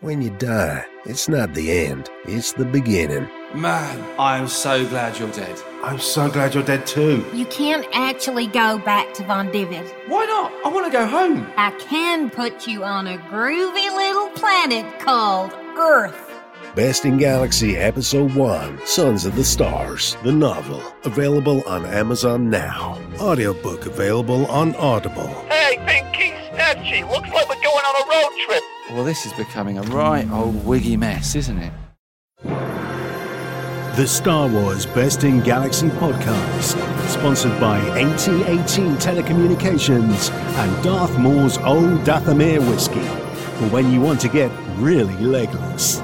When you die, it's not the end, it's the beginning. Man, I'm so glad you're dead. I'm so glad you're dead too. You can't actually go back to Von Divid. Why not? I want to go home. I can put you on a groovy little planet called Earth. Best in Galaxy Episode 1 Sons of the Stars, the novel, available on Amazon now. Audiobook available on Audible. Hey, Pinky Snatchy, looks like we're going on a road trip. Well, this is becoming a right old wiggy mess, isn't it? The Star Wars Best in Galaxy podcast, sponsored by NT18 Telecommunications and Darth Moore's Old Dathomir Whiskey, for when you want to get really legless.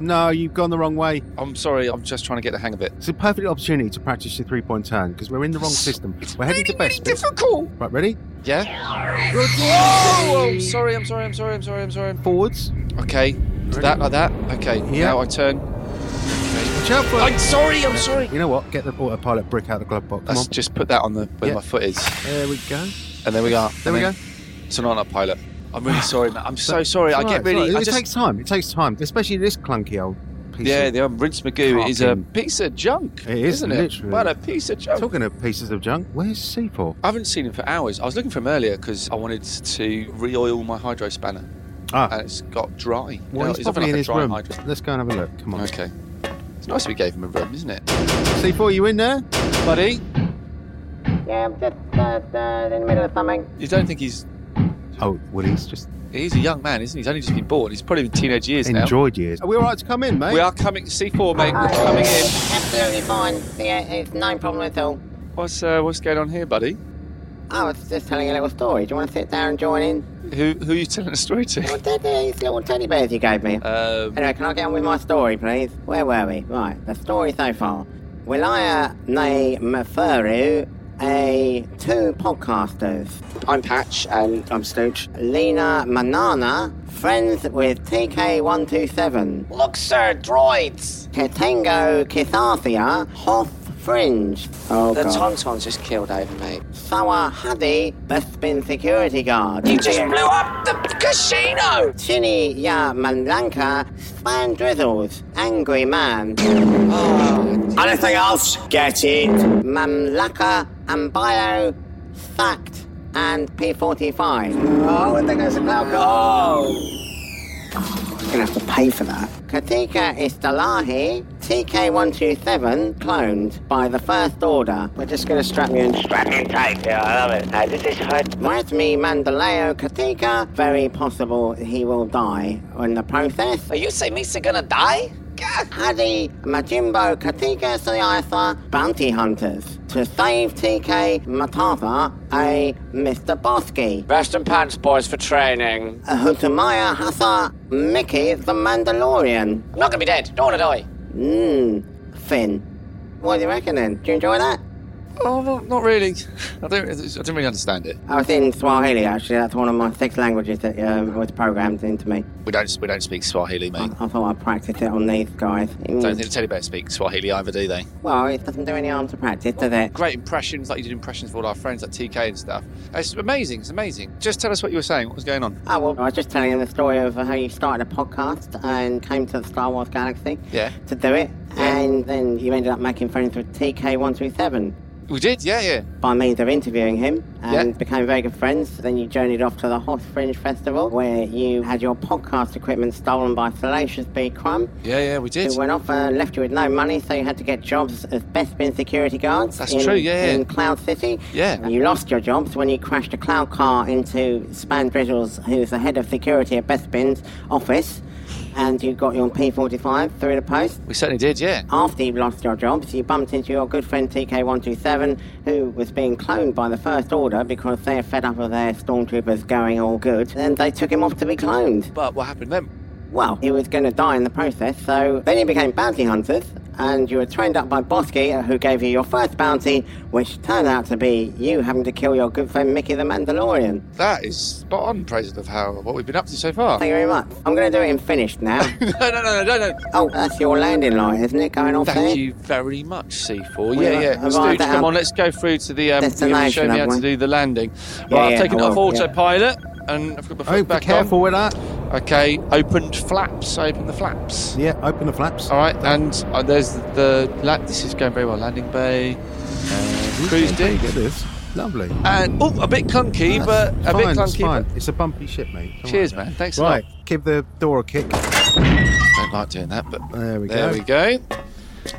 No, you've gone the wrong way. I'm sorry, I'm just trying to get the hang of it. It's a perfect opportunity to practice your three point turn because we're in the wrong system. we're heading to best. bits. difficult. Right, ready? Yeah? Oh, I'm sorry, I'm sorry, I'm sorry, I'm sorry, I'm sorry. Forwards. Okay, that like that. Okay, Yeah. now I turn. Watch out for. I'm sorry, I'm sorry. You know what? Get the autopilot brick out of the glove box. Come Let's just put that on the where Yeah. my foot is. on. There we go. And there we are. There we go. It's an on pilot. I'm really sorry, man. I'm so sorry. I It's get alright, it's alright. really. It, I just, takes time. It takes time, especially this clunky old piece. yeah, Of, the um, Rince Magoo is a Fucking- piece of junk. It is, isn't it? literally. What a piece of junk. talking of pieces of junk, where's C4? I haven't seen him for hours. I was looking for him earlier because I wanted to re-oil my hydro spanner, Ah, and it's got dry. well, You know, he's it's often probably in like a his dry room. hydro- Let's go and have a look. Come on. Okay. It's nice we gave him a room, isn't it, C4, you in there? buddy? Yeah, I'm just uh, uh, in the middle of something. You don't think he's Oh, well, he's just he's a young man, isn't he? He's only just been born. He's probably in teenage years now. enjoyed years. Are we all right to come in, mate? We are coming. C4, mate. We're coming in. Absolutely fine. Yeah, it's no problem at all. What's uh, what's going on here, buddy? I was just telling you a little story. Do you want to sit down and join in? Who who are you telling the story to? What are these little teddy bears you gave me? Uh, Anyway, can I get on with my story, please? Where were we? Right, the story so far. Wilaya Ne Mafuru, a two podcasters. I'm Patch and I'm Stooge. Lena Manana, friends with TK127. Look, sir, droids! Ketengo Kithathia, Hoth Fringe. Oh, The God. Tauntaun's just killed over me. Sawa Hadi, Bespin Security Guard. You just blew up the casino! Chini Ya Manlanka, Span Drizzles, Angry Man. Oh. Anything else? Get it. Mamlaka, Ambayo, Sacked, and P45. Oh, I think there's an alcohol. I'm gonna have to pay for that. Katika Istalahi, TK127, cloned by the First Order. We're just gonna strap you in. Strap and tight, yeah, I love it. this is hot. Rasmi Mandaleo Katika, very possible he will die in the process. Are you saying Misa gonna die? Gah. Hadi Majimbo Katika Siasa Bounty Hunters to save TK Matava, a Mr. Bosky. Best in pants, boys, for training. Hutamaya Hassa Mickey the Mandalorian. I'm not gonna be dead. Don't wanna die. Mmm, Finn. What do you reckon then? Do you enjoy that? oh, well, not really. I don't. I don't really understand it. I was in Swahili actually, that's one of my six languages that uh, was programmed into me. We don't. We don't speak Swahili, I, mate. I thought I'd practice it on these guys. Mm. Don't think the teddy bears speak Swahili either, do they? Well, it doesn't do any harm to practice, does it? Great impressions, like you did impressions of all our friends, like TK and stuff. It's amazing. It's amazing. Just tell us what you were saying. What was going on? Oh, well, I was just telling you the story of how you started a podcast and came to the Star Wars Galaxy Yeah. to do it. And then you ended up making friends with TK127 We did. Yeah, yeah. by means of interviewing him and Yeah. became very good friends. Then you journeyed off to the Hot Fringe Festival where you had your podcast equipment stolen by Salacious B. Crumb, Yeah, yeah. We did. who went off and left you with no money, so you had to get jobs as best bin security guards That's in, true, yeah, yeah. in Cloud City. Yeah. And you lost your jobs when you crashed a cloud car into Span Drizzles, who's the head of security at Bespin's office, and you got your P45 through the post. We certainly did. Yeah. After you lost your jobs, you bumped into your good friend TK127, who was being cloned by the First Order because they're fed up of their stormtroopers going all good, and they took him off to be cloned. But what happened then? Well, he was going to die in the process, so then you became bounty hunters, and you were trained up by Bosky, who gave you your first bounty, which turned out to be you having to kill your good friend Mickey the Mandalorian. That is spot on, praise of how what we've been up to so far. Thank you very much. I'm going to do it in Finnish now. no, no, no, no, no, no. oh, that's your landing light, isn't it? Going off there? Thank you very much, C4. We Yeah, have yeah. arrived Stooge, at come our on, let's go through to the. Um, you destination, show me how haven't to we? do the landing. Yeah, right, yeah, I've taken it come off on, yeah. autopilot. and I've got my foot Oh, be back careful with that. on. Okay, opened flaps. Open the flaps. Yeah, open the flaps. All right, and uh, there's the, the la- this is going very well. Landing bay, uh, Ooh, cruised there in. you Get this. Lovely. and oh, a bit clunky, but a Fine, bit that's clunky. fine. But It's a bumpy ship, mate. Come Cheers, on. man. Thanks a Right, give the door a kick. I don't like doing that, but There we there go. we go.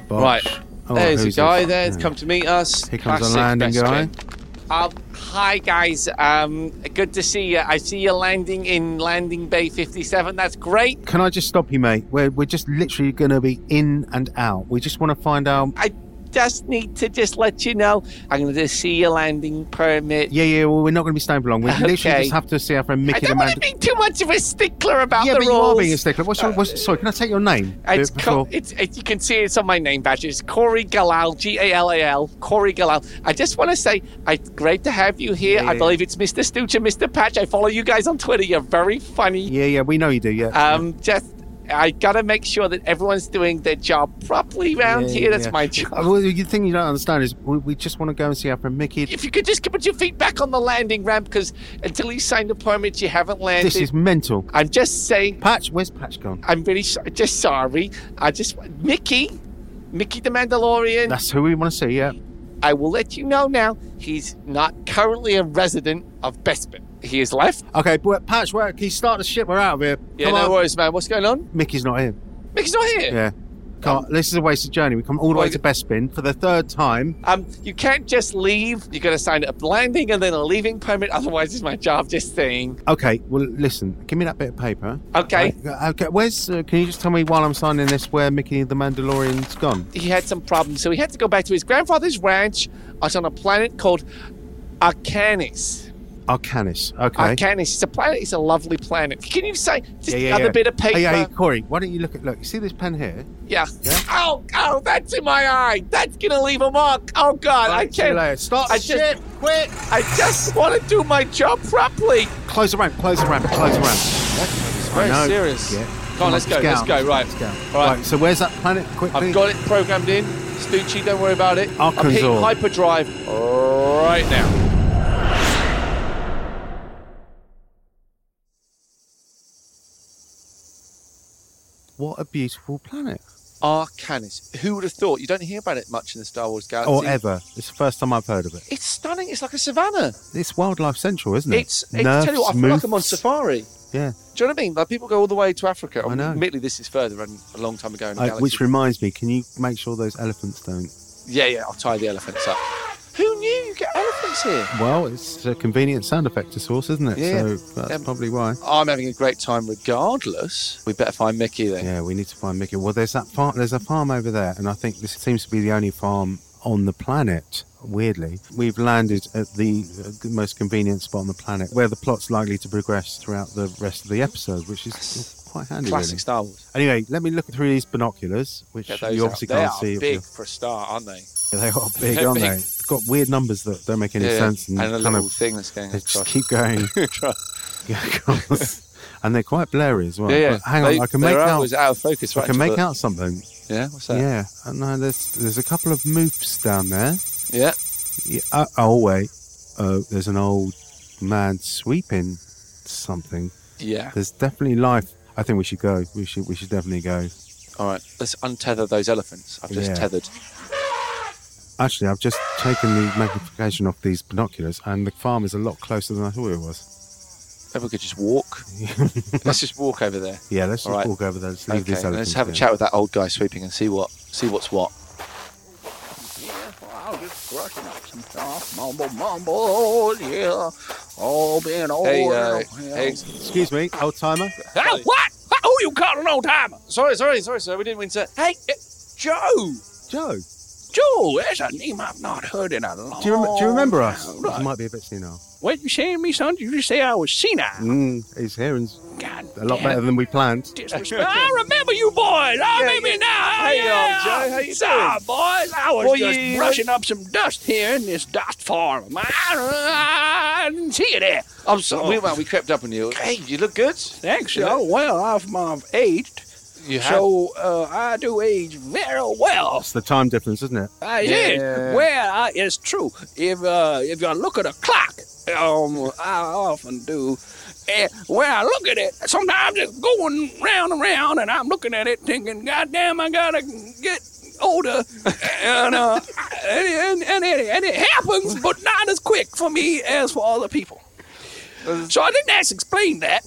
Bosh. Right. Oh, There's a who's guy this? there Yeah. that's come to meet us. Here comes a Classic landing best guy. friend. Um, hi guys. Um, good to see you. I see you landing in landing bay 57. That's great. Can I just stop you, mate? We're, we're just literally going to be in and out. We just want to find out. I just need to just let you know I'm going to see your landing permit. Yeah, yeah, well, we're not going to be staying for long. We literally Okay. just have to see our friend I Mickey the don't want man. to be too much of a stickler about Yeah, the but you rules. are being a stickler. What's your, what's, sorry, can I take your name? Do It's, it co- before- it's it, you can see it's on my name badge. It's Corey Galal, G A L A L, Corey Galal. I just want to say, I, great to have you here. Yeah, I yeah. believe it's Mr. Stooch and Mr. Patch. I follow you guys on Twitter. You're very funny. yeah, yeah, we know you do, yeah. Um, just I gotta make sure that everyone's doing their job properly round Yeah, here. That's yeah. my Uh, job. well, the thing you don't understand is we, we just want to go and see our friend Mickey. If you could just put your feet back on the landing ramp, because until you sign the permit, you haven't landed. This is mental. I'm just saying. Patch, where's Patch gone? I'm really so- just sorry. I just Mickey, Mickey the Mandalorian. That's who we want to see, yeah. I will let you know now. He's not currently a resident of Bespin. He is left. Okay, but Patch, where, can you start the ship? We're out of here. Yeah, Come no on. worries, man. What's going on? Mickey's not here. Mickey's not here. Yeah. Come on, this is a wasted journey. We come all the way Well, to Bespin for the third time. Um, you can't just leave. You're gonna sign a landing and then a leaving permit. Otherwise, it's my job. Just saying. Okay, well, listen, give me that bit of paper. Okay. Right, Okay, where's, uh, can you just tell me while I'm signing this where Mickey the Mandalorian's gone? He had some problems, so he had to go back to his grandfather's ranch. It's on a planet called Arcanis. Arcanis, okay. Arcanis. It's a planet. It's a lovely planet. Can you say just Yeah, yeah, another yeah. bit of paper? Hey, hey, Corey, why don't you look at, look, you see this pen here? Yeah. Yeah. Oh, oh, that's in my eye. That's gonna leave a mark. Oh God, I Right, see you can't. later. Start I the just- ship, quick! I just want to do my job properly. Close the ramp, close the ramp, close the ramp. It's I know. very serious. Yeah. Come on, let's go. Let's out. go. Right. Let's go. Right. Right, so where's that planet quickly? I've got it programmed in. Stucci, don't worry about it. I'm Arkansas. hitting hyperdrive right now. What a beautiful planet. Arcanis. Who would have thought? You don't hear about it much in the Star Wars galaxy. Or ever. It's the first time I've heard of it. It's stunning. It's like a savannah. It's Wildlife Central, isn't it? It's. it's tell you what, I feel like I'm on moose. safari. Yeah. Do you know what I mean? Like people go all the way to Africa. I know. Admittedly, this is further and a long time ago in the Uh, galaxy. which reminds me, can you make sure those elephants don't? Yeah, yeah. I'll tie the elephants up. Who knew you get elephants here? Well, it's a convenient sound effect to source, isn't it? Yeah. So that's Um, probably why. I'm having a great time regardless. We better find Mickey then. Yeah, we need to find Mickey. Well, there's that farm. There's a farm over there, and I think this seems to be the only farm on the planet. Weirdly, we've landed at the uh, most convenient spot on the planet, where the plot's likely to progress throughout the rest of the episode, which is quite handy. Classic Really. Star Wars. Anyway, let me look through these binoculars, which Get those you out. obviously they can't are see. if big you're- for a start, aren't they? They are big, They're aren't big. they? Got weird numbers that don't make any sense, and, and a kind little of thing that's going they just across. keep going. Yeah, of course. and they're quite blurry as well. yeah, yeah. But hang on, They- I can they're make out. always out of focus. Right I can until make the- out something. Yeah, what's that? Yeah, uh, no, there's there's a couple of moofs down there. Yeah. Yeah, uh, oh wait, oh, there's an old man sweeping something. Yeah. There's definitely life. I think we should go. We should we should definitely go. All right. Let's untether those elephants. I've just Yeah. tethered. Actually, I've just taken the magnification off these binoculars, and the farm is a lot closer than I thought it was. Maybe we could just walk. let's just walk over there. Yeah, let's just All right. walk over there. Let's leave Okay. these and Let's elephants have a here. chat with that old guy sweeping and see what see what's what. Yeah, I was just brushing up some stuff. Mumble, mumble, yeah. All being old. Hey, uh, and all- hey. Excuse me, old timer. Ah, what? Who you calling an old timer? Sorry, sorry, sorry, sir. We didn't mean to. Hey, uh, Joe. Joe, Joe, that's a name I've not heard in a long do you, Oh, rem- do you remember us? time. You might be a bit senile. What you saying to me, son? Did you say I was senile? Mm, his hearing's God a lot damn it. better than we planned. Disrespect. I remember you boys. I remember yeah. you now. Hey, yeah. old Joe, how you Sorry, boys. I was Well, just you- brushing up some dust here in this dust farm. I, I didn't see you there. I'm sorry. We, we crept up on you. Hey, you look good. Thanks, Yeah. Joe. Well, I've, I've aged, You have. so uh, I do age very well. It's the time difference, isn't it? I Yeah. did. Well, I, it's true. If uh, if you look at a clock, um, I often do eh, where I look at it, sometimes it's going round and round, and I'm looking at it thinking, God damn, I gotta get older. and, uh, and, and, it, and it happens, but not as quick for me as for other people. So I think that's explained that.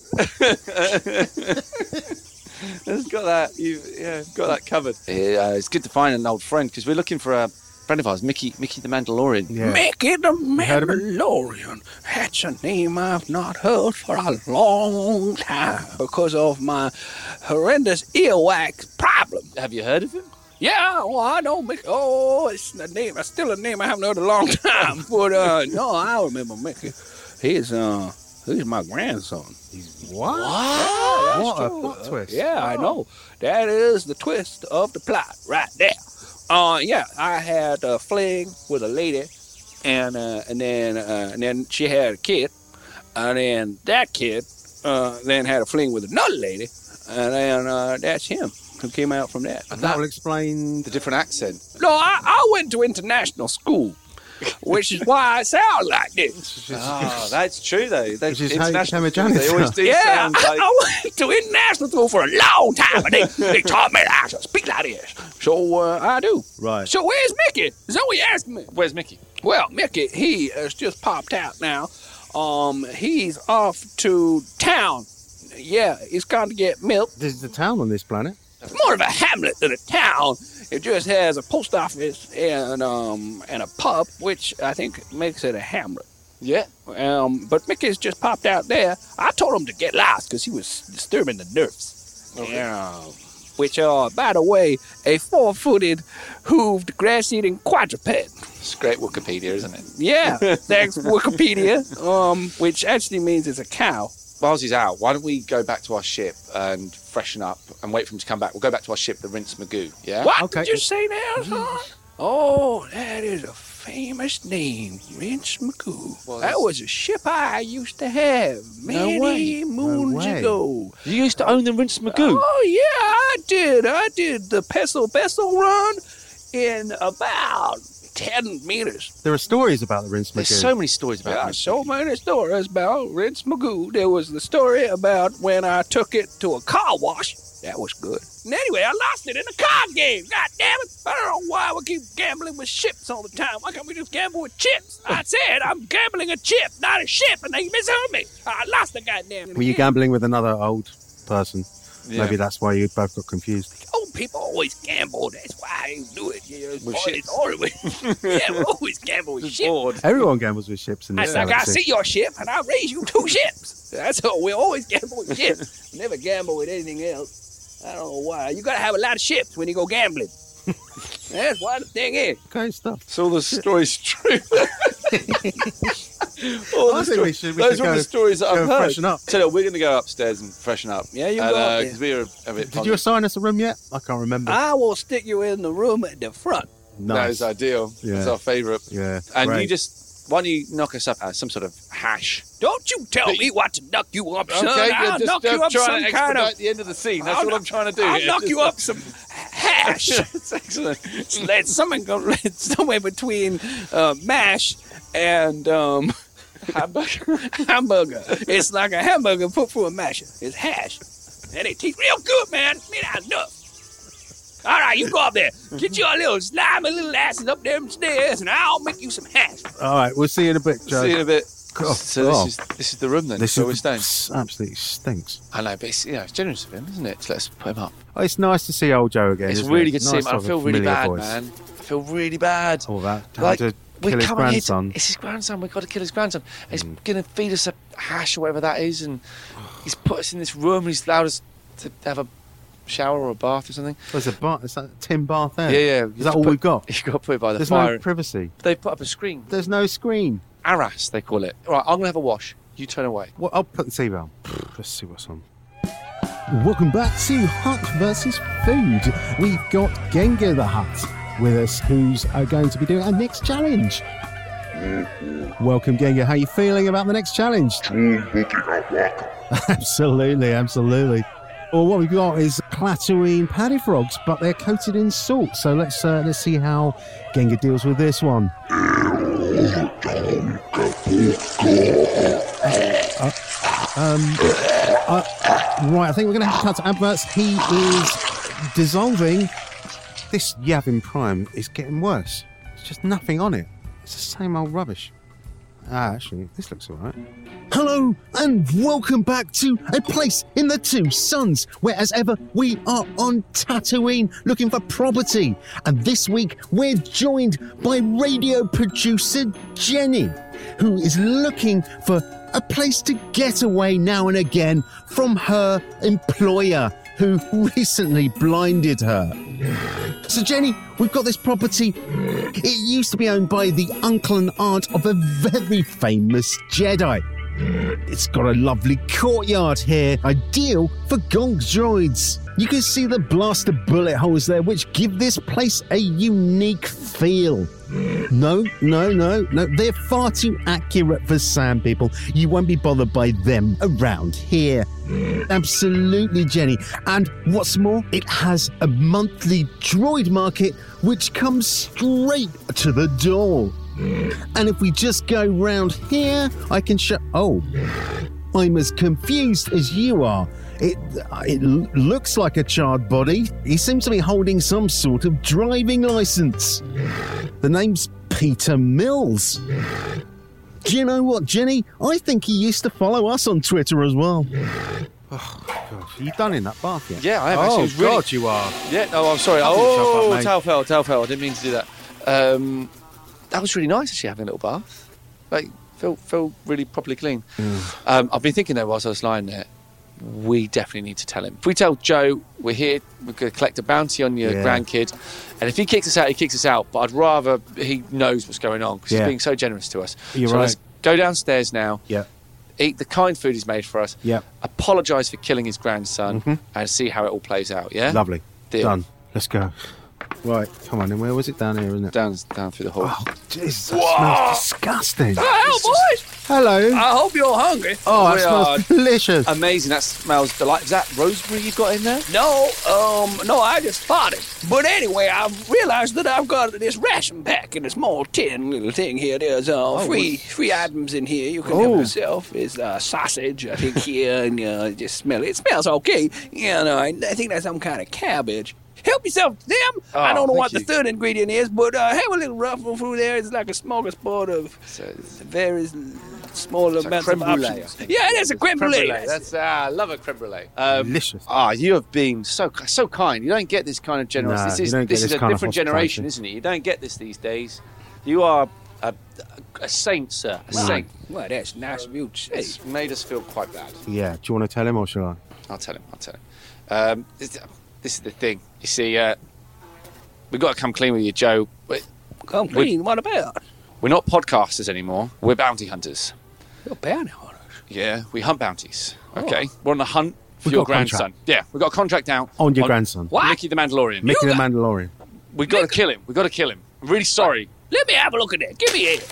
It's got that. You yeah, got that covered. Yeah, uh, it's good to find an old friend because we're looking for a friend of ours, Mickey, Mickey the Mandalorian. Yeah. Mickey the heard of him? Mandalorian. That's a name I've not heard for a long time because of my horrendous earwax problem. Have you heard of him? Yeah, well, I know Mickey. Oh, it's a name. It's still a name I haven't heard in a long time. But uh, no, I remember Mickey. He's uh, he's my grandson. What? What a plot twist. Uh, Yeah, I know. That is the twist of the plot right there. Uh, yeah, I had a fling with a lady, and uh, and then uh, and then she had a kid, and then that kid uh, then had a fling with another lady, and then uh, that's him who came out from that. And that will explain. The different accent. No, I, I went to international school, which is why I sound like this. Oh, that's true though. They, Oh. Which is how you became a international- They always janitor. do Yeah, sound I, like. I went to international school for a long time, and they, they taught me how to speak like this. So uh, I do. Right. So where's Mickey? Zoe asked me. Where's Mickey? Well, Mickey, he has just popped out now. Um, he's off to town. Yeah, he's gone to get milk. There's a town on this planet. It's more of a hamlet than a town. It just has a post office and um and a pub, which I think makes it a hamlet. Yeah. Um, but Mickey's just popped out there. I told him to get lost because he was disturbing the nerves. Yeah. Which are, by the way, a four-footed, hooved, grass-eating quadruped. It's great Wikipedia, isn't it? Yeah, thanks Wikipedia. Um, which actually means it's a cow. Whilst he's out, why don't we go back to our ship and freshen up and wait for him to come back? We'll go back to our ship, the Rinse Magoo. Yeah. What did Okay. Mm-hmm. you say now, son? Oh, that is a famous name, Rince McCoo. Well, that that's- was a ship I used to have many way. moons way. ago. You used to own the Rinse Magoo. Oh yeah, I did. I did the Pestle Pestle run in about ten meters. There are stories about the rinse There's Magoo. so many stories about Yeah, Rinse so many stories about Rince Magoo. There was the story about when I took it to a car wash. That was good. And anyway, I lost it in a card game. God damn it. I don't know why we keep gambling with ships all the time. Why can't we just gamble with chips? I said I'm gambling a chip, not a ship, and they misheard me. I lost the goddamn Were you game. gambling with another old person? Yeah. Maybe that's why you both got confused. Old people always gamble. That's why I do it. You know, it's With always- ships. always- yeah, we always gamble with Magoo. ships. Bored. Everyone gambles with ships in I this said, I galaxy. see your ship, and I'll raise you two ships. That's how we always gamble with ships. We Never gamble with anything else. I don't know why. You gotta have a lot of ships when you go gambling. That's why the thing is. Okay, stuff. So the story's true. All I the think we stories- should- we those should are go- the stories that go I've and heard. freshen up. So look, we're going to go upstairs and freshen up. Yeah, you And, go uh, up there. 'cause we were a bit. Did you assign us a room yet? I can't remember. Uh, I will stick you in the room at the front. That nice. is ideal. Yeah. That's our favourite. yeah. And great. you just why don't you knock us up uh, some sort of hash? Don't you tell me what to knock you up, son. Okay, you're I'll just knock you uh, up some trying to kind of. expedite the end of the scene. That's I'll what kno- I'm trying to do. I'll here. knock you up some hash. That's excellent. Let someone go let somewhere between uh, mash and um, hamburger. hamburger. It's like a hamburger put through a masher. It's hash, and it tastes real good, man. It's made out of nuts. All right, you go up there. Get your little slimy little asses up them stairs, and I'll make you some hash. All right, we'll see you in a bit, Joe. See you in a bit. Oh, so oh. this is this is the room then. This so we're is- staying. absolutely stinks. I know, but it's, you know, it's generous of him, isn't it? To let us put him up. Oh, it's nice to see old Joe again. It's isn't really good it? to nice see him. I have a feel really familiar bad, voice. man. I feel really bad. All that time Like, to we kill his come on here to- grandson. Mm. it's his grandson. We've got to kill his grandson. And He's going to feed us a hash or whatever that is, and he's put us in this room and he's allowed us to have a shower or a bath or something. There's a bar. Is that tin bath there? Yeah, yeah. Is that all Put- we've got? You've got to put it by the There's fire. no privacy. they put up a screen. There's no screen. Arras, they call it. All right, I'm going to have a wash. You turn away. Well, I'll put the TV on. Let's see what's on. Welcome back to Hut versus Food. We've got Genga the Hut with us, who's uh, going to be doing our next challenge. Welcome, Genga. How are you feeling about the next challenge? absolutely, absolutely. Well, what we've got is clattering paddy frogs, but they're coated in salt. So let's uh, let's see how Genga deals with this one. Right, I think we're going to have to cut to adverts. He is dissolving. This Yavin Prime is getting worse. There's just nothing on it. It's the same old rubbish. Ah, actually, this looks all right. Hello and welcome back to A Place in the Two Suns, where as ever we are on Tatooine looking for property. And this week we're joined by radio producer Jenny, who is looking for a place to get away now and again from her employer who recently blinded her. So, Jenny, we've got this property. It used to be owned by the uncle and aunt of a very famous Jedi. It's got a lovely courtyard here, ideal for gong droids. You can see the blaster bullet holes there, which give this place a unique feel. No, no, no, no, they're far too accurate for sand people. You won't be bothered by them around here. Absolutely, Jenny. And what's more, it has a monthly droid market which comes straight to the door. And if we just go round here, I can show. Oh, I'm as confused as you are. It it l- looks like a charred body. He seems to be holding some sort of driving license. The name's Peter Mills. Do you know what, Jenny? I think he used to follow us on Twitter as well. Gosh, are you done in that bath yet? Yeah, I have Oh, actually. It was really- God, you are. Yeah, oh, I'm sorry. didn't shove Oh, that, mate. tailfell, tailfell. I didn't mean to do that. Um, that was really nice, actually, having a little bath. Like, feel, feel really properly clean. Mm. Um, I've been thinking, though, whilst I was lying there, we definitely need to tell him. If we tell Joe we're here, we're going to collect a bounty on your Yeah. grandkid, and if he kicks us out, he kicks us out. But I'd rather he knows what's going on because Yeah. he's being so generous to us. You're so right. let's go downstairs now, Yeah. eat the kind food he's made for us, Yep. apologise for killing his grandson, and see how it all plays out. Yeah? Lovely. Deal. Mm-hmm. Done. Let's go. Right, come on. And where was it down here, isn't it? Down, down through the hall. Oh, Jesus, that smells disgusting. Well, oh, boys, Hello. I hope you're hungry. Oh, we that smells delicious. Amazing. That smells delightful. Is that rosemary you've got in there? No, um, no, I just farted. But anyway, I realized that I've got this ration pack in a small tin little thing here. There's Oh, uh, free free items in here you can help yourself. It's uh, sausage, I think, here, and uh, just smell it. It smells okay. You know, I, I think that's some kind of cabbage. Help yourself to them. I Oh, don't know thank what the you. third ingredient is, but uh, have a little ruffle through there. It's like a smorgasbord of So it's various small like amounts creme of brulee, I Oh, options. think. Yeah, it is a creme brulee. That's ah, I love a creme brulee. Um, Delicious. Ah, you have been so so kind. You don't get this kind of generosity. No, this you is don't this get is this a kind of different generation, hospitality. isn't it? You don't get this these days. You are a, a saint, sir. A saint. Well, that's nice of you to say. It's made us feel quite bad. Yeah, do you want to tell him or shall I? I'll tell him. I'll tell him. Um, this, this is the thing. You see, uh, we've got to come clean with you, Joe. We- Come Would- clean. What about? We're not podcasters anymore. We're bounty hunters. Your bounty Oh. hunters. Yeah, we hunt bounties. Okay, we're on the hunt for We've your got a contract. grandson. Yeah, we got a contract out On your grandson. What? Mickey the Mandalorian. Mickey You the got- Mandalorian. we got to kill him. We got to kill him. I'm really sorry. Let me have a look at that. Give me it.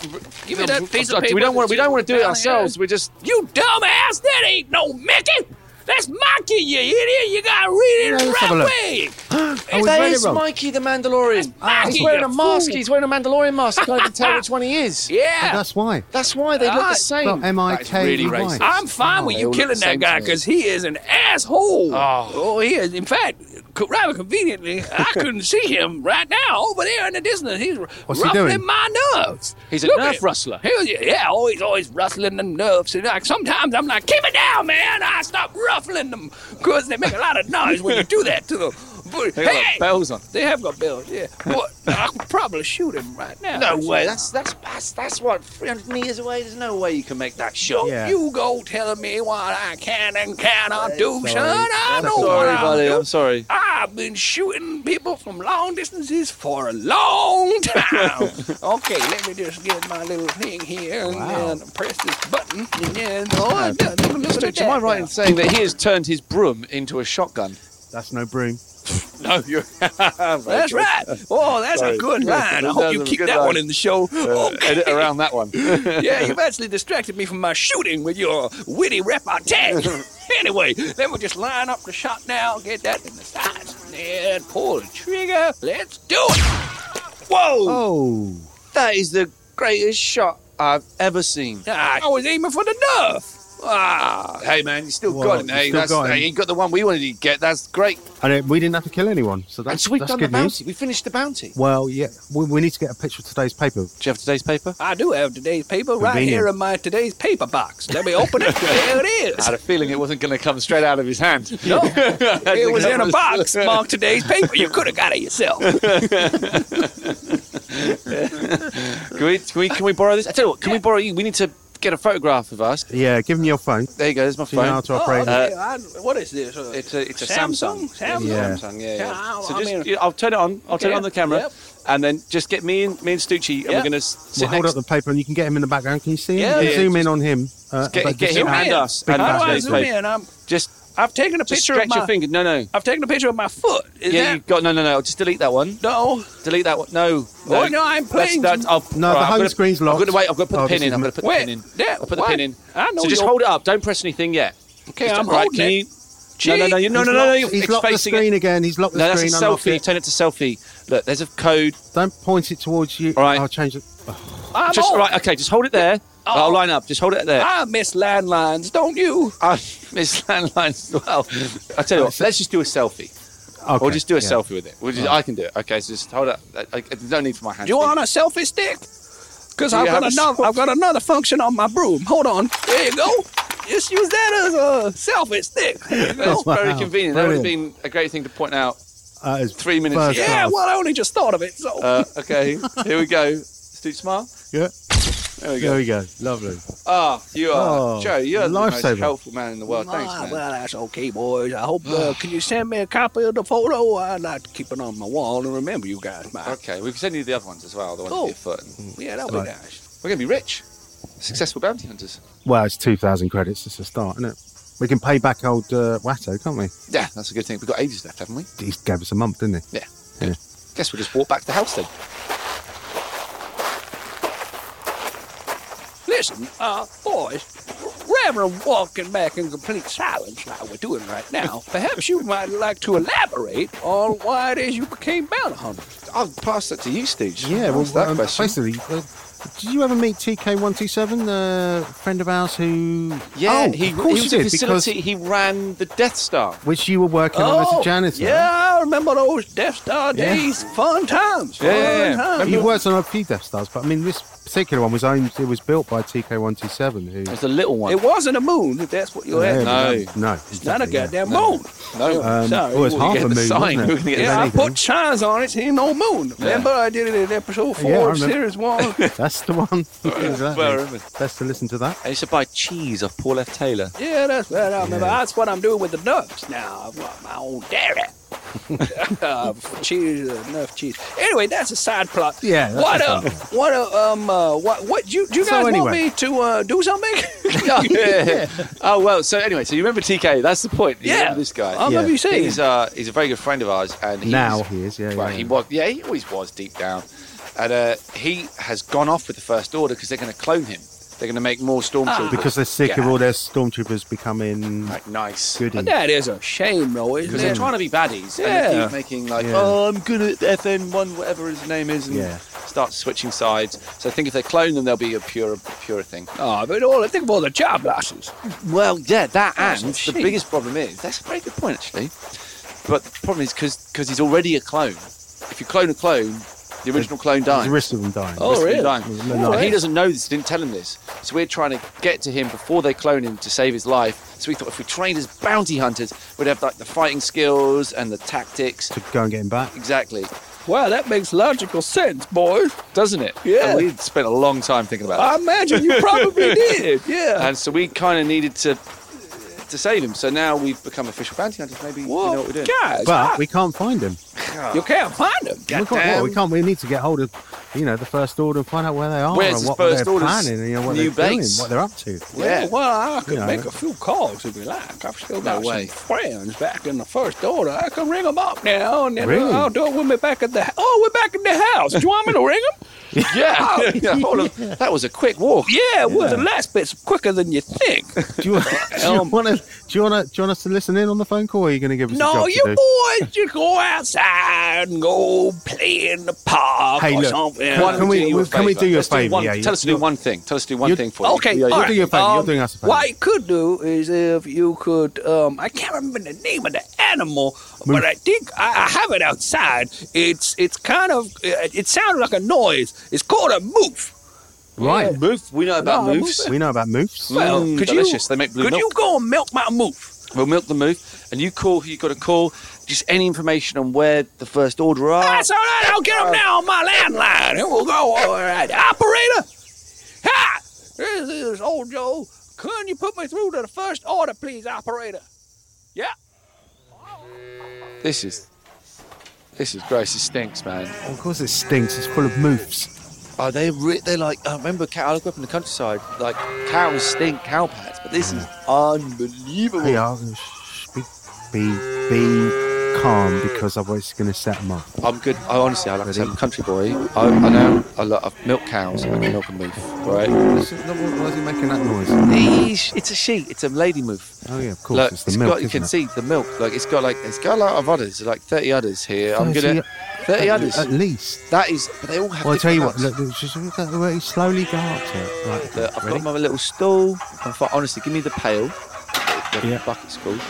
Give me that piece of paper. we don't want. We don't want to do it Down ourselves. here. We're just. You dumbass! That ain't no Mickey. That's Mikey, you idiot. You gotta read it Yeah, the let's have a right look. way. Oh, he's that read it is wrong. Mikey the Mandalorian. Mikey, Ah, he's wearing you a mask. fool. He's wearing a Mandalorian mask. I can't even tell which one he is. Yeah. That's why. That's why they look Ah, the same. well, M.I.K. That is really why? racist. I'm fine with they you all look killing the that same guy to me. because he is an asshole. Oh. he is. In fact, co- rather conveniently, I couldn't see him right now over there in the distance. He's What's he ruffling doing? my nerves. He's a Look at nerve him. rustler. He was, yeah, always, always rustling the nerves. And like sometimes I'm like, keep it down, man. I stop ruffling them because they make a lot of noise when you do that to them. But, They got hey, bells on. they have got bells. Yeah, but I could probably shoot him right now. No way. That's that's that's that's what 300 meters away. There's no way you can make that shot. Don't Yeah. you go telling me what I can and cannot do, sorry. son. I know what sorry, I'll buddy. do. I'm sorry. I've been shooting people from long distances for a long time. okay, let me just get my little thing here and Wow. then press this button. And then, oh, I done. Look, look at Stooge, am I that right now. in saying that he has turned his broom into a shotgun? That's no broom. No, you're. That's right. Oh, that's a Sorry. good line. I That's hope you a keep good that line. one in the show. okay. Edit around that one. yeah, you've actually distracted me from my shooting with your witty repartee. anyway, then we'll just line up the shot now, get that in the sights, and pull the trigger. Let's do it. Whoa! Oh. That is the greatest shot I've ever seen. Ah, I was aiming for the nerve. Ah, Hey man, you still Well, got him. you Hey, still that's, got him. hey, you got the one we wanted to get. That's great. And it, we didn't have to kill anyone, so and that's, so we've that's done the good news. bounty. We finished the bounty. Do Well, yeah, we, we need to get a picture of today's paper. you have today's paper? I do have today's paper right Convenient. here in my today's paper box. Let me open it. there it I is. had a feeling it wasn't going to come straight out of his hand. No, it was in a box marked today's paper. You could have got it yourself. Can we, can we can we borrow this? I tell you what, can we borrow you? We need to get a photograph of us. Yeah, give them your phone. There you go. There's my Do you know how phone. Oh, to operate it? okay, I- what is this? Uh, It's a it's a Samsung? Samsung. Samsung? Yeah. Samsung. Yeah. Yeah, yeah. I- So I just mean- yeah, I'll turn it on. I'll turn it Okay. on the camera, Yep. and then just get me and me and Stucci, and Yep. we're gonna s- sit Well, hold up next. the paper and you can get him in the background. Can you see Yeah, him? You can yeah, zoom in just- on him. Uh, get- but get just- him Zoom and in. us, How and do us I today's zoom paper. in? I'm, Just I've taken a just picture of stretch my. your finger. No, no. I've taken a picture of my foot. Is yeah, that you got no, no, no. Just delete that one. no? Delete that one. No, Oh, no, I'm That's- playing. that's- I'll- No, all the I'm home gonna- screen's I'm locked. gonna wait. I've got to put Oh, the this pin in. is I'm my- gonna put Wait, the pin in. that- I'll put the what? pin in. I know So just your- hold it up. Don't press anything yet. Okay, Just- I'm right, holding can it. you- No, no, no, you, no, no, no, no. You're He's it's locked the facing screen It. again. He's locked the No, that's a screen. unlock selfie. it. Turn it to selfie. Look, there's a code. Don't point it towards you. All right. I'll change it. I'm Just on. right. Okay, just hold it there. I'll line up. Just hold it there. I miss landlines, don't you? Uh, it's landlines as well. I tell you what, let's just do a selfie. Okay. We'll just do a yeah. selfie with it. We'll just, I can do it. Okay, so just hold up. I, I, there's no need for my hand. Do you want a selfie stick? Because I've you got have a another. selfie? I've got another function on my broom. Hold on. There you go. Just use that as a selfie stick. There you go. That's very Wow, convenient. That would have been a great thing to point out. That is Three minutes Uh, first ago. yeah. class. Well, I only just thought of it. So Uh, okay, here we go. Stu Smile. Yeah. There we There go. we go. Lovely. Ah, you are Oh, Joe. You're the most lifesaver. helpful man in the world. Thanks, Ah, man. well, that's okay, boys. I hope. Uh, can you send me a copy of the photo? I'd like to keep it on my wall and remember you guys. My, Okay, we can send you the other ones as well. The ones Cool. with your foot. Yeah, that would be nice. We're gonna be rich, successful bounty hunters. Well, it's 2,000 credits. It's a start, isn't it? We can pay back old uh, Watto, can't we? Yeah, that's a good thing. We've got ages left, haven't we? He gave us a month, didn't he? Yeah. Guess we'll just walk back to the house then. Listen, uh, boys, rather than walking back in complete silence like we're doing right now, perhaps you might like to elaborate on why it is you became bounty hunters. I'll pass that to you, Stooge. Yeah, well, Ask that um, question. basically, uh, did you ever meet TK127, the uh, friend of ours who. Yeah, oh, he, of course he was you a did, facility. Oh, because. He ran the Death Star. Which you were working on as a janitor. Oh, yeah, I remember those Death Star Yeah. days. Fun times. Yeah, yeah, fun yeah. times. He worked on a few Death Stars, but I mean, this particular one was owned, it was built by TK127, who. It was a little one. It wasn't a moon, if that's what you're Yeah, asking. No. No. It's not a exactly, yeah. goddamn No. moon. no, Um, Sorry, oh, it's we half get a the moon. sign. wasn't We're it? gonna get the Yeah, I Anything. put shines on it. Ain't no moon. Remember, I did it in episode four Yeah, I of remember. series one. That's the one. Well, exactly. remember. Best to listen to that. I used to buy cheese off Paul F. Taylor. yeah, that's what I remember. That's what I'm doing with the nuts now. I've got my own dairy. uh, cheese, uh, enough cheese. Anyway, that's a side plot. Yeah, that's What a uh, side what uh, um uh, what what you do you So guys want anyway. me to uh, do something? oh, yeah. oh well. So anyway, so you remember TK? That's the point. You Yeah. remember this guy. I remember Yeah. you saying. He's uh, he's a very good friend of ours, and he's, Now he is, yeah, well, yeah. he was, yeah, he always was deep down, and uh, he has gone off with the first order because they're going to clone him. They're going to make more stormtroopers Ah. Because they're sick of all their stormtroopers becoming like nice. goody. that is a shame, though, isn't Because they're it? trying to be baddies and they Yeah. keep making like, Yeah. oh, I'm good at FN1, whatever his name is, and Yeah. start switching sides. So I think if they clone them, they'll be a pure, pure thing. Uh, Oh, but all think of all the job losses. Well, yeah, Oh, that That's and a the shame. biggest problem is that's a very good point actually. But the problem is because he's already a clone. If you clone a clone, the original clone There's dies. a risk of them dying. Oh, Risk of him really? dying. No, no. And he doesn't know this. Didn't tell him this. So we're trying to get to him before they clone him to save his life. So we thought if we trained as bounty hunters, we'd have like the fighting skills and the tactics. To go and get him back. Exactly. Wow, that makes logical sense, boys. doesn't it? Yeah. And we spent a long time thinking about I imagine you probably did. it. Yeah. And so we kind of needed to to save him. So now we've become official bounty hunters. Maybe well, we know what we're doing. guys, But we can't find him. I- you can't find him. we, can't, well, we can't. We need to get hold of, you know, the first order and find out where they are Where's and the what First they're Order's planning and you know, what new they're base? doing, what they're up to. Yeah. Well, I could Yeah. make a few calls if you like. I've still got No way. some friends back in the first order. I can ring them up now, and then uh, Really? I'll do it with me back at the. Oh, we're back in the house. Do you want me to ring them? Yeah. yeah. Hold on. That was a quick walk. Yeah, well, the last bit's quicker than you think. Do you, do you Um, want to? Do you want to? Do you want us to listen in on the phone call? Or are you going to give us a no, job you to do? boys just go outside and go play in the park Hey, or look, something Yeah. Why don't Can we- do you a can we favour? do you a Let's favour? one- Yeah, you- tell us to do one thing. Tell us to do one You- thing for you. Okay, Yeah, you're all right. Um, Uh, doing a favour, you're doing us a favour. What I could do is if you could, um, I can't remember the name of the animal, but I think I, I have it outside. It's it's kind of uh, it, it sounded like a noise. It's called a moof. Right. Moof. We know about No, a moofs. We know about moofs. Well, Mm, could delicious. you They make blue could you milk. go and milk my moof? We'll milk the moof, and you call who you got to call. Just any information on where the first order are. That's all right. I'll get him Uh, now on my landline, and we'll go. All right, operator. Hi, this is old Joe. Can you put me through to the first order, please, operator? Yeah. This is this is gross. It stinks, man. Of course it stinks. It's full of moofs. Oh, they re- they're like I remember cow. I grew up in the countryside. Like cows stink, cow pads, but this is unbelievable. Hey, I'll sh- be, be, be calm because otherwise it's going to set them off. I'm good. I honestly, I like I said, I'm a country boy. I, I know I lo- I've milked cows. I can milk a moof, right? Why is it why is he making that noise? It's it's a she. It's a lady moof. Oh, yeah, of course. Look, it's the it's milk. got, you isn't can it? see the milk. Like it's got like it's got a lot of udders, like thirty udders here. I'm 30 gonna thirty at, udders. At least. That is, but they all have. uh, Well, I tell you what, different look, look, just look at the way you slowly go up to it. Right, udders. Look, I've ready? got my little stool. I'm fi- honestly, give me the pail, the Yeah. bucket's called,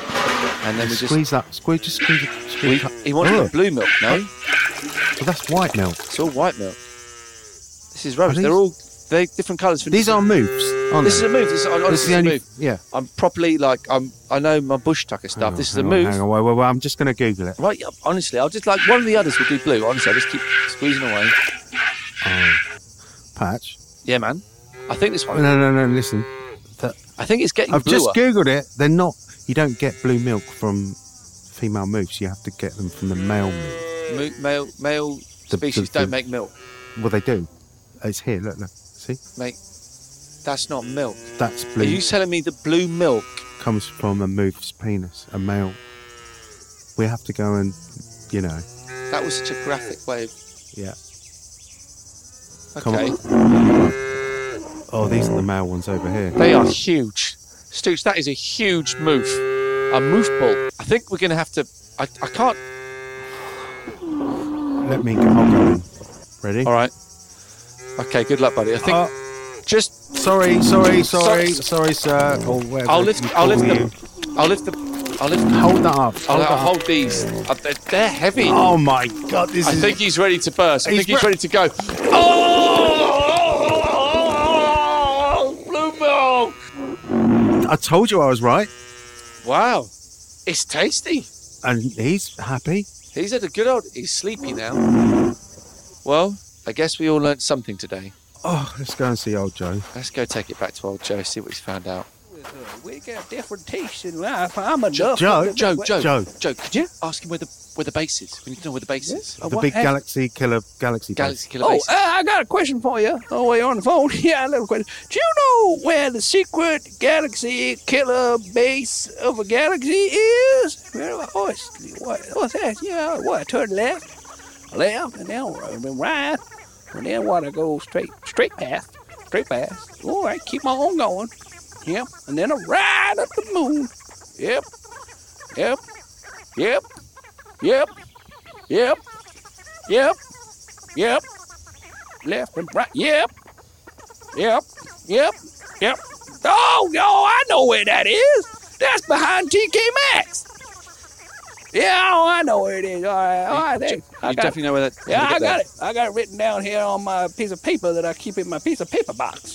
and then we just. squeeze that. Squeeze, just squeeze it. We, Squeeze it. he wants oh, the blue milk, no? well, that's white milk. It's all white milk. This is rubbish. Are They're these- all they different colours. For These are moofs, aren't This is they? a move. This is, honestly, That's this is the a only. move. Yeah. I'm properly like I'm. I know my bush tucker Hang stuff. on, this is a hang on, move. Hang on, wait, wait, wait. I'm just going to Google it. Right, yeah, honestly, I'll just like one of the others will do blue. Honestly, I just keep squeezing away. Patch. Yeah, man. I think this Oh, one. No, no, no. Listen, The- I think it's getting I've bluer. just googled it. They're not. You don't get blue milk from female moofs. You have to get them from the male. Moof. Mo- male male The- species the- don't the- make milk. Well, they do. It's here. Look, look. See, Make that's not milk. that's Are blue. you telling me the blue milk? comes from a moof's penis, a male. We have to go and, you know, That was such a graphic way. Of, yeah. Come okay, Oh, these are the male ones over here. they are huge. Stooge, that is a huge move. A move ball. I think we're gonna have to. I, I can't. Let me. Go, I'll go in. Ready? All right. Okay. Good luck, buddy. I think Oh, just sorry, sorry, Sorry. sorry, sorry, sir. Or whatever. I'll lift. you I'll lift call you. them. I'll lift them. I'll lift them. Hold that up. Hold I'll, that I'll up. hold these. Uh, they're, they're heavy. Oh my god, this I is. think he's ready to burst. I He's think he's re- ready to go. Oh! Blue milk! I told you I was right, Wow. It's tasty. and he's happy. He's had a good old. He's sleepy now. Well, I guess we all learnt something today. Oh, let's go and see old Joe. Let's go take it back to old Joe, see what he's found out. We got different tastes in life. I'm a duff. Joe, Joe, Joe, Joe. Joe, could you ask him where the where the base is? We need to know where the base is. Uh, the what big hap- galaxy killer, galaxy. Galaxy Killer Oh, Base. uh, I got a question for you. Oh, wait, on the phone. Yeah, a little question. Do you know where the secret galaxy killer base of a galaxy is? Where my voice? What, what's that? Yeah, what? I turn left, left, and then r- then right, and then what? I go straight, straight path, straight path. All right, keep on going. Yep, and then a ride up the moon. Yep, yep, yep, yep, yep, yep. Yep. Left and right. Yep. Yep. Yep. Yep. Oh, yo, I know where that is. That's behind TK Maxx. Yeah, oh, I know where it is. All right, all right, there. I you got definitely it. know where that. Yeah, how to I get got there. it. I got it written down here on my piece of paper that I keep in my piece of paper box.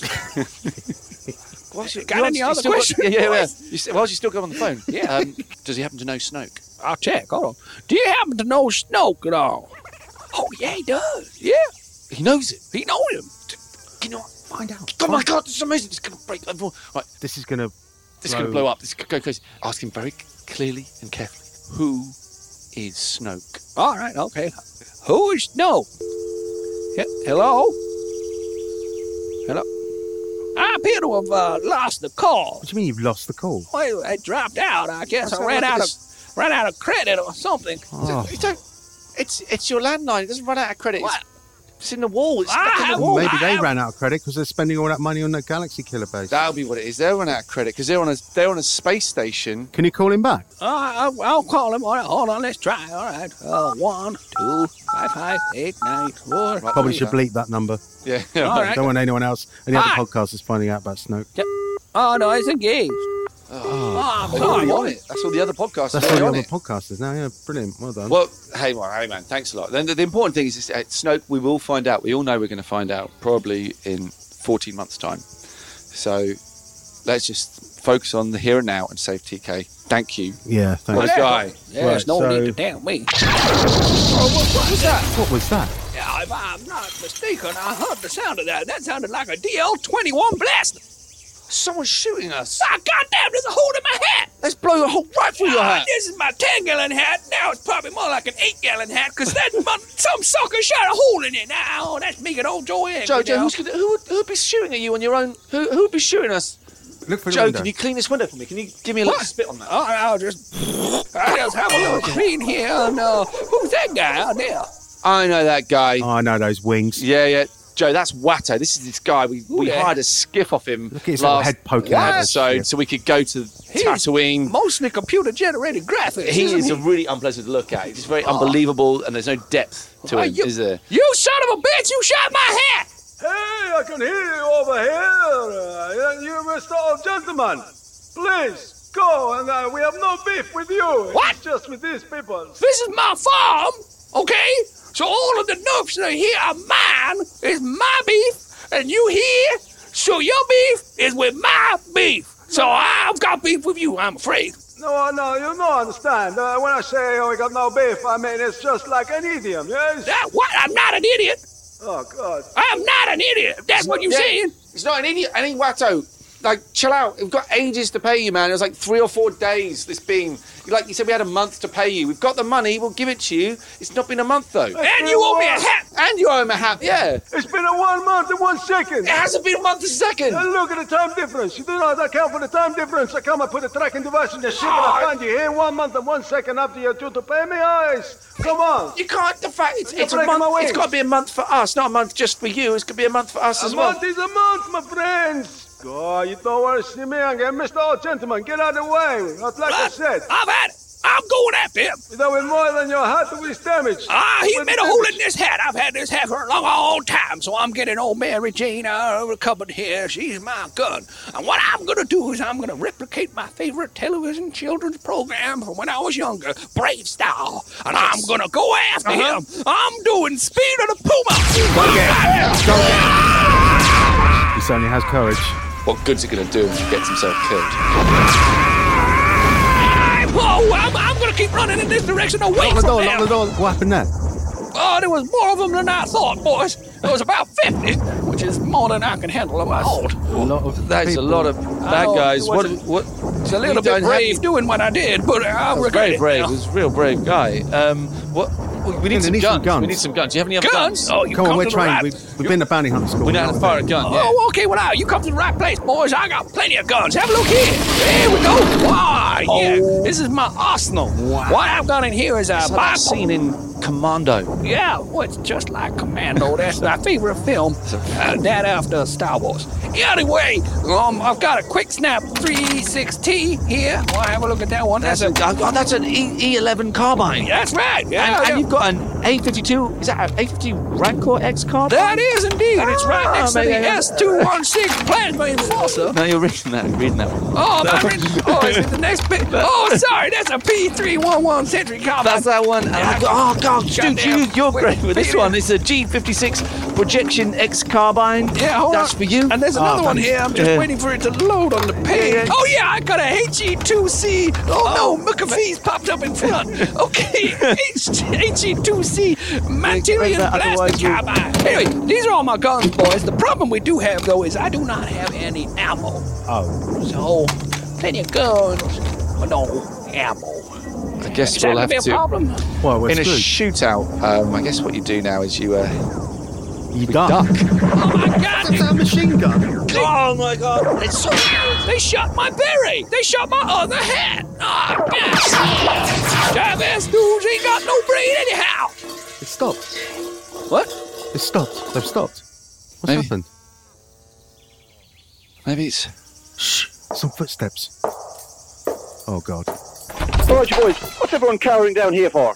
What's your, Got you any still other still got- questions, yeah, yeah, yeah. boys? You, st- whilst you still got on the phone, Yeah. um, does he happen to know Snoke? I'll check. Hold on. Do you happen to know Snoke at all? Oh, yeah, he does. Yeah, He knows it. he knows him. Can you not find out? Oh my god, this is amazing. This is going to break. everyone- Right, This is gonna. this is going to blow up. This is going to go crazy. Ask him very c- clearly and carefully who is Snoke? All right, okay. Who is no? He- hello? Hello? I appear to have uh, lost the call. What do you mean you've lost the call? Well, it dropped out. I guess Let's I have a ran look at out of this. ran out of credit or something. Uh, Oh. You don't- it's, it's your landline. It doesn't run out of credit. It's- What? It's in the wall. It's I stuck in have- the wall. Maybe they ran out of credit because they're spending all that money on that Galaxy Killer base. That'll be what it is. They're running out of credit because they're on a they're on a space station. Can you call him back? Uh, I- I'll call him. All right, hold on, let's try. All right. Uh, one, two, five, five, eight, nine, four. Right, Probably there you should go. bleep that number. Yeah. All right. Don't want anyone else, any other Hi. podcasters finding out about Snoke. Oh no, it's engaged. Oh, They're sorry. already on it. That's all the other podcasts. That's are all the on other it. podcasters now. Yeah, brilliant. Well done. Well, hey, well, hey, man, thanks a lot. Then the, the important thing is, is uh, Snoke. We will find out. We all know we're going to find out probably in 14 months' time. So let's just focus on the here and now and save TK. Thank you. yeah, What a thanks. guy. There's Right, no so- need to tell me. Oh, what, what was that? What was that? Yeah, if I'm not mistaken, I heard the sound of that. That sounded like a DL-21 blaster. Someone's shooting us. Ah, goddamn, there's a hole in my hat. Let's blow a whole right through your Ah, hat. This is my 10-gallon hat. Now it's probably more like an 8-gallon hat because that mon- some sucker shot a hole in it. Now, oh, that's me and old Joe Egg. Joe, you Joe, know. who's gonna, who would who'd be shooting at you on your own? Who who would be shooting us? Look for the Joe, window. can you clean this window for me? Can you give me a little What? spit on that? All right, I'll just, I'll just have a little clean here. And, uh, who's that guy out there? I know that guy. Oh, I know those wings. Yeah, yeah. Joe, that's Watto. This is this guy. We, we yeah. hired a skiff off him Look at his little last head poking out. of the episode ship. so we could go to Tatooine. Mostly computer-generated graphics. He isn't is he? a really unpleasant to look at. He's very unbelievable and there's no depth to Oh, him, you- is there? You son of a bitch! You shot my hat! Hey, I can hear you over here. Uh, you, Mr. Old Gentleman. Please go, and uh, we have no beef with you. What? It's just with these people. This is my farm, okay? So all of the noobs that are here are mine. It's my beef, and you here, so your beef is with my beef. So I've got beef with you, I'm afraid. No, uh, no, you don't understand. Uh, when I say oh, we got no beef, I mean it's just like an idiom, yes? That what? I'm not an idiot. Oh, God. I'm not an idiot. if That's what you're Yeah. saying. He's not an idiot. Any Watto. Like, chill out. We've got ages to pay you, man. It was like three or four days, this being. Like you said, we had a month to pay you. We've got the money. We'll give it to you. It's not been a month, though. And you owe me a hat. And you owe him a hat. Yeah. It It's been a one month and one second. hasn't been a month to second. And look at the time difference. You do not account for the time difference. I come and put a tracking device in the ship and I find you here one month and one second after you're due to pay me. Eyes. Come on. You can't. The fact it's, You're it's a breaking month. my It's wings. got to be a month for us, not a month just for you. It's going to be a month for us A as well. month is a month, my friends. God, you don't want to see me again, Mr. Old Gentleman. Get out of the way. Not like I said. I've had it. I'm going after him. Without with more than your heart to be damaged. Ah, he With made a hole in damage. this hat. I've had this hat for a long, long time, so I'm getting old Mary Jane out of the cupboard here. She's my gun. And what I'm going to do is I'm going to replicate my favorite television children's program from when I was younger, Brave Style. And I'm going to go after him. I'm doing Speed of the Puma. He certainly has courage. What good's it going to do if he gets himself killed? I- Whoa, I'm, I'm going to keep running in this direction away Lock the from door, them. lock the door. What happened there? Oh, there was more of them than I thought, boys. There was about 50, which is more than I can handle on my own. A lot of That is a lot of bad know, guys. Oh, it What? wasn't- What? It's a little bit brave doing what I did, but I was regret very brave. it. now. He was a real brave guy. Um, what? we- We need, Yeah, they some, need guns. some guns. We need some guns. Do you have any other Guns? guns? Oh, you Come come on, we're to the right. trained. We've, we've been to bounty hunting school. We know how to fire a gun. Yeah. Oh, okay. Well, now you come to the right place, boys. I got plenty of guns. Have a look here. Here we go. Wow, yeah. This is my arsenal. What I've got in here is a It's like that bipolar- scene in Commando. Yeah, well, it's just like Commando. That's my favorite film. Uh, that after Star Wars. Anyway, um, I've got a quick snap 360 here. Well, have a look at that one. That's, That's, a, a. oh, that's an e- E11 carbine. That's right. Yeah, And, yeah. and you've got an A52. Is that an A50 Rancor X carbine? That is indeed. It's right Ah, next to the maybe I- S216 plasma enforcer. No, you're reading that. Reading that one. Oh, my friend. Oh, is it the next bit? Oh, sorry. That's a P311 Sentry Cop. That's that one. And I've got- oh God, Goddamn. dude, you, you're great with this Peter. one. It's a G56 projection X carbine. Yeah, hold That's on. for you. Oh, And there's another Ah, one here. I'm just Yeah. waiting for it to load on the page. Yeah, yeah. Oh, yeah, I got a HE2C. Oh, no, McAfee's popped up in front. Okay, HE2C Make E Material that, Blaster otherwise you- Carbine. Anyway, these are all my guns, boys. The problem we do have, though, is I do not have any ammo. Oh, So, plenty of guns, but no ammo. I guess Is that we'll gonna have be a to. problem? well, we're In a screwed. shootout, um, I guess what you do now is you uh, you duck. Oh my god! That's a machine gun. Oh my god! It's so They shot my berry! They shot my other hat! Ah, yes! Dumbass dudes ain't got no brain anyhow! It stopped. What? It's stopped. They've stopped. What's Maybe. happened? Maybe it's. Some footsteps. Oh God. Right, you boys, what's everyone cowering down here for?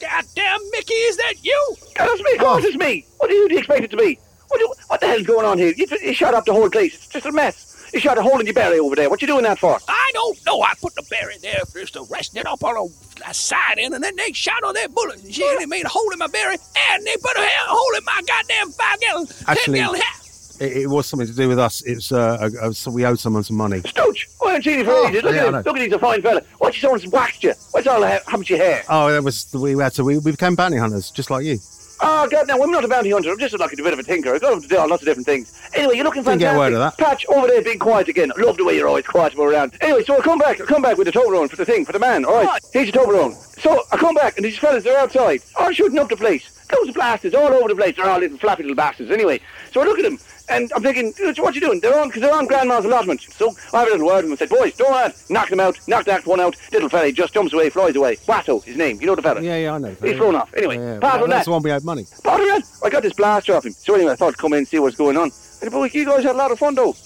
Goddamn, Mickey, is that you? God, it's me. Of course, it's me. What do you expect it to be? What, do, what the hell's going on here? You, you shut up the whole place. It's just a mess. You shot a hole in your berry over there. What you doing that for? I don't know. I put the bear in there first to rest it up on a, a side end, and then they shot on their bullets and shit. And it made a hole in my berry, and they put a he- hole in my goddamn five gallon, ten Actually- gallon hat. It, it was something to do with us. It's uh, uh, so we owed someone some money. Oh, Stooge! I haven't seen you for ages. Look yeah, at I him. know. Look at him. He's a fine fella. What's someone's waxed you? What's all the ha- happened to your hair? Oh, that was we had to. We, we became bounty hunters, just like you. Oh, God, now, I'm not a bounty hunter. I'm just like a bit of a tinker. I've got to do all lots of different things. Anyway, you're looking Didn't fantastic. get a word of that. Patch, over there being quiet again. Love the way you're always quiet when we're around. Anyway, so I come back. I come back with the Toblerone for the thing, for the man. All right, here's your Toblerone. So I come back, and these fellas, they're outside. All shooting up the place. Those blasters all over the place. They're all little flappy little bastards. Anyway, so I look at them, and I'm thinking, what you doing? They're on, because they're on Grandma's allotment. So I have a little word with them and said, boys, don't add. Knock them out. Knock that one out. Little fella, he just jumps away, flies away. Watto, his name. You know the fella. Yeah, yeah, I know. He's thrown off. Anyway, pass on that's that. the one we owed money. Bother it! I got this blaster off him. So anyway, I thought I'd come in and see what's going on. And boy, you guys had a lot of fun though.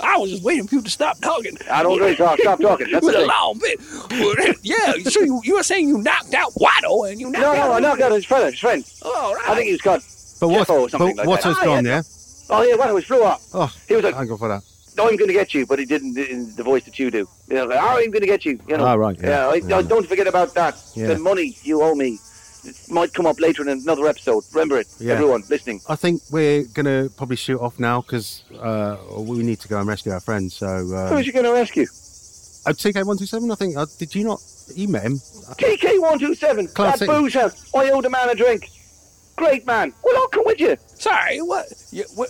I was just waiting for you to stop talking. I don't really talk. Stop talking. That's With the a thing. long bit. Well, yeah, sure. You, you were saying you knocked out Watto, and you knocked No, out. no, I knocked out his fella, his friend. All right. I think he's got. But what? Jeffo or something but like what that. has Ah, gone there? yeah. Oh yeah, well, he was flew up. Oh, He was like- thank God for that. I'm going to get you, but he didn't in the voice that you do. You know, like, I'm going to get you. You know. Ah, right, yeah. I, I- Yeah. don't forget about that. Yeah. The money you owe me. It might come up later in another episode. Remember it, Yeah. everyone listening. I think we're gonna probably shoot off now because uh, we need to go and rescue our friend. So, uh, Who's you going to rescue? uh, TK127. I think. Uh, did you not? You met him. TK127. That Classic. booze house. I owe the man a drink. Great man. Well, I'll come with you. Sorry. What? You, what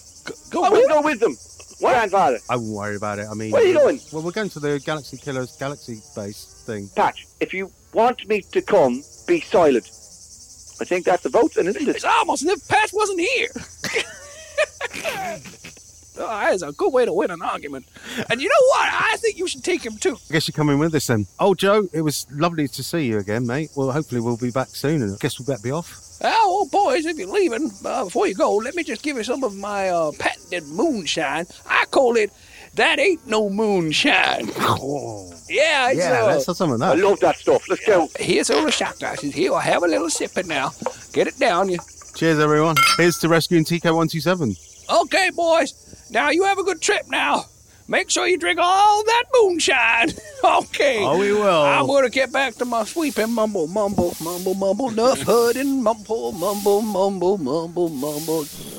go- I Oh, go will with go with them. What? Grandfather. I wouldn't worry about it. I mean, Where are you going? Well, we're going to the Galaxy Killers Galaxy Base thing. Patch, if you want me to come, be silent. I think that's the vote, and isn't It's it? almost as if Patch wasn't here. oh, that is a good way to win an argument. And you know what? I think you should take him too. I guess you're coming with us then. Oh, Joe, it was lovely to see you again, mate. Well, hopefully we'll be back soon. And I guess we'll better be off. Oh, well, boys, if you're leaving, uh, before you go, let me just give you some of my uh, patented moonshine. I call it That Ain't No Moonshine. Yeah, it's, yeah, uh, let's have some of I that. love that stuff. Let's go. Here's all the shot glasses. Here, I'll have a little sip of now. Get it down, you. Cheers, everyone. Here's to rescuing TK127. Okay, boys. Now you have a good trip now. Make sure you drink all that moonshine. okay. Oh, we will. I'm going to get back to my sweeping mumble, mumble, mumble, mumble, nuff, hud, and mumble, mumble, mumble, mumble, mumble.